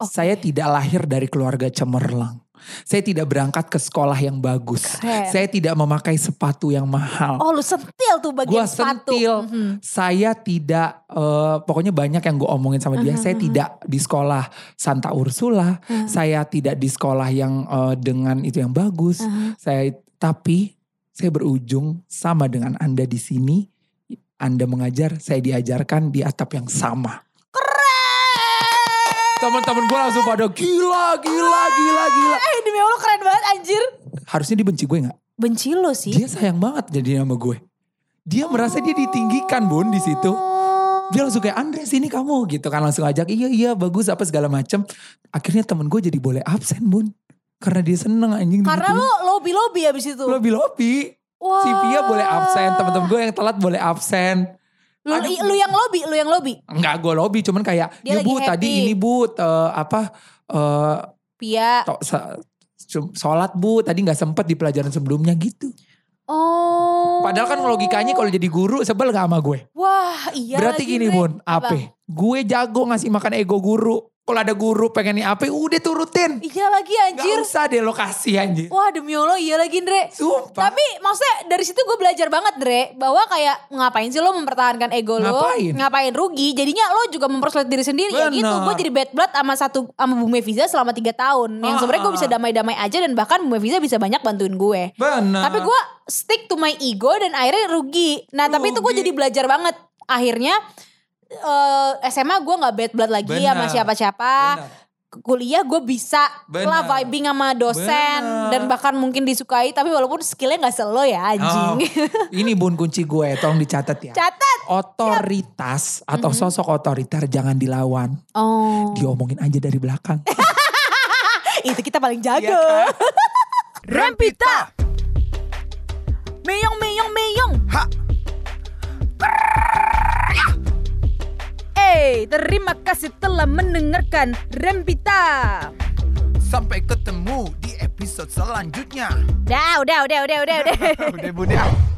C: Oke.
B: Saya tidak lahir dari keluarga cemerlang. Saya tidak berangkat ke sekolah yang bagus.
C: Keren.
B: Saya tidak memakai sepatu yang mahal.
C: Oh lu sentil tuh bagian
B: Gua
C: sepatu.
B: sentil.
C: Mhm.
B: saya tidak eh, pokoknya banyak yang gue omongin sama dia
C: Hmm,
B: saya tidak di sekolah Santa Ursula saya tidak di sekolah yang eh, dengan itu yang bagus
C: Mhm.
B: saya tapi saya berujung sama dengan anda di sini anda mengajar saya diajarkan di atap yang sama
C: Keren.
B: teman-teman gue langsung pada gila gila gila gila
C: Eh demi Allah keren banget anjir.
B: harusnya dibenci gue nggak
C: Benci lo sih.
B: dia sayang banget jadi sama gue dia merasa dia ditinggikan bun di situ
C: Oh.
B: dia langsung kayak Andre sini kamu gitu kan langsung ajak iya iya bagus apa segala macem akhirnya temen gue jadi boleh absen bun karena dia seneng anjing
C: Karena lo lobby-lobby abis itu.
B: lobby lobby
C: Wah.
B: si Pia boleh absen temen-temen gue yang telat boleh absen
C: Lu,
B: Aduh.
C: lu yang lobby, lu yang lobby.
B: Enggak gue lobby cuman kayak
C: Dia
B: ya
C: lagi
B: bu
C: happy."
B: tadi ini bu eh, apa eh
C: Pia.
B: to- sa- cum- sholat bu tadi nggak sempet di pelajaran sebelumnya gitu
C: Oh.
B: padahal kan logikanya kalau jadi guru sebel gak sama gue
C: Wah, iya
B: Berarti
C: lagi,
B: gini
C: Bre.
B: Bun,
C: Apa?
B: ape? Gue jago ngasih makan ego guru. Kalau ada guru pengen nih ape, udah turutin.
C: Iya lagi anjir.
B: Gak usah deh lo kasih anjir.
C: Wah, demi Allah iya lagi, Ndre.
B: Sumpah.
C: Tapi maksudnya dari situ gue belajar banget, Dre. Bahwa kayak ngapain sih lo mempertahankan ego lo?
B: Ngapain?
C: Ngapain rugi? Jadinya lo juga mempersulit diri sendiri. Ya
B: Benar.
C: gitu, gue jadi bad blood sama satu sama Bu Meviza selama 3 tahun. Yang
B: Ah.
C: sebenarnya gue bisa damai-damai aja dan bahkan Bu Meviza bisa banyak bantuin gue.
B: Benar.
C: Tapi gue stick to my ego dan akhirnya rugi. Nah tapi itu gue
B: Rugi.
C: jadi belajar banget. Akhirnya eh, SMA gue gak bad blood lagi
B: Benar.
C: sama siapa-siapa. Kuliah gue bisa lah
B: Benar.
C: vibing sama dosen.
B: Benar.
C: Dan bahkan mungkin disukai. Tapi walaupun skillnya gak selo ya anjing.
B: Oh. ini Bun kunci gue, tolong dicatat ya.
C: [LAUGHS] Catat.
B: Otoritas atau
C: Mhm.
B: sosok otoriter jangan dilawan.
C: Oh.
B: Diomongin aja dari belakang.
C: Itu kita paling jago. [LAUGHS]
B: Iya kan?
A: Rempita.
C: Meyong, meyong, meyong.
A: Eh, terima kasih telah mendengarkan Rempita.
B: Sampai ketemu di episode selanjutnya.
C: Dah, udah, udah, udah, udah, udah.
B: Udah, Bu, udah.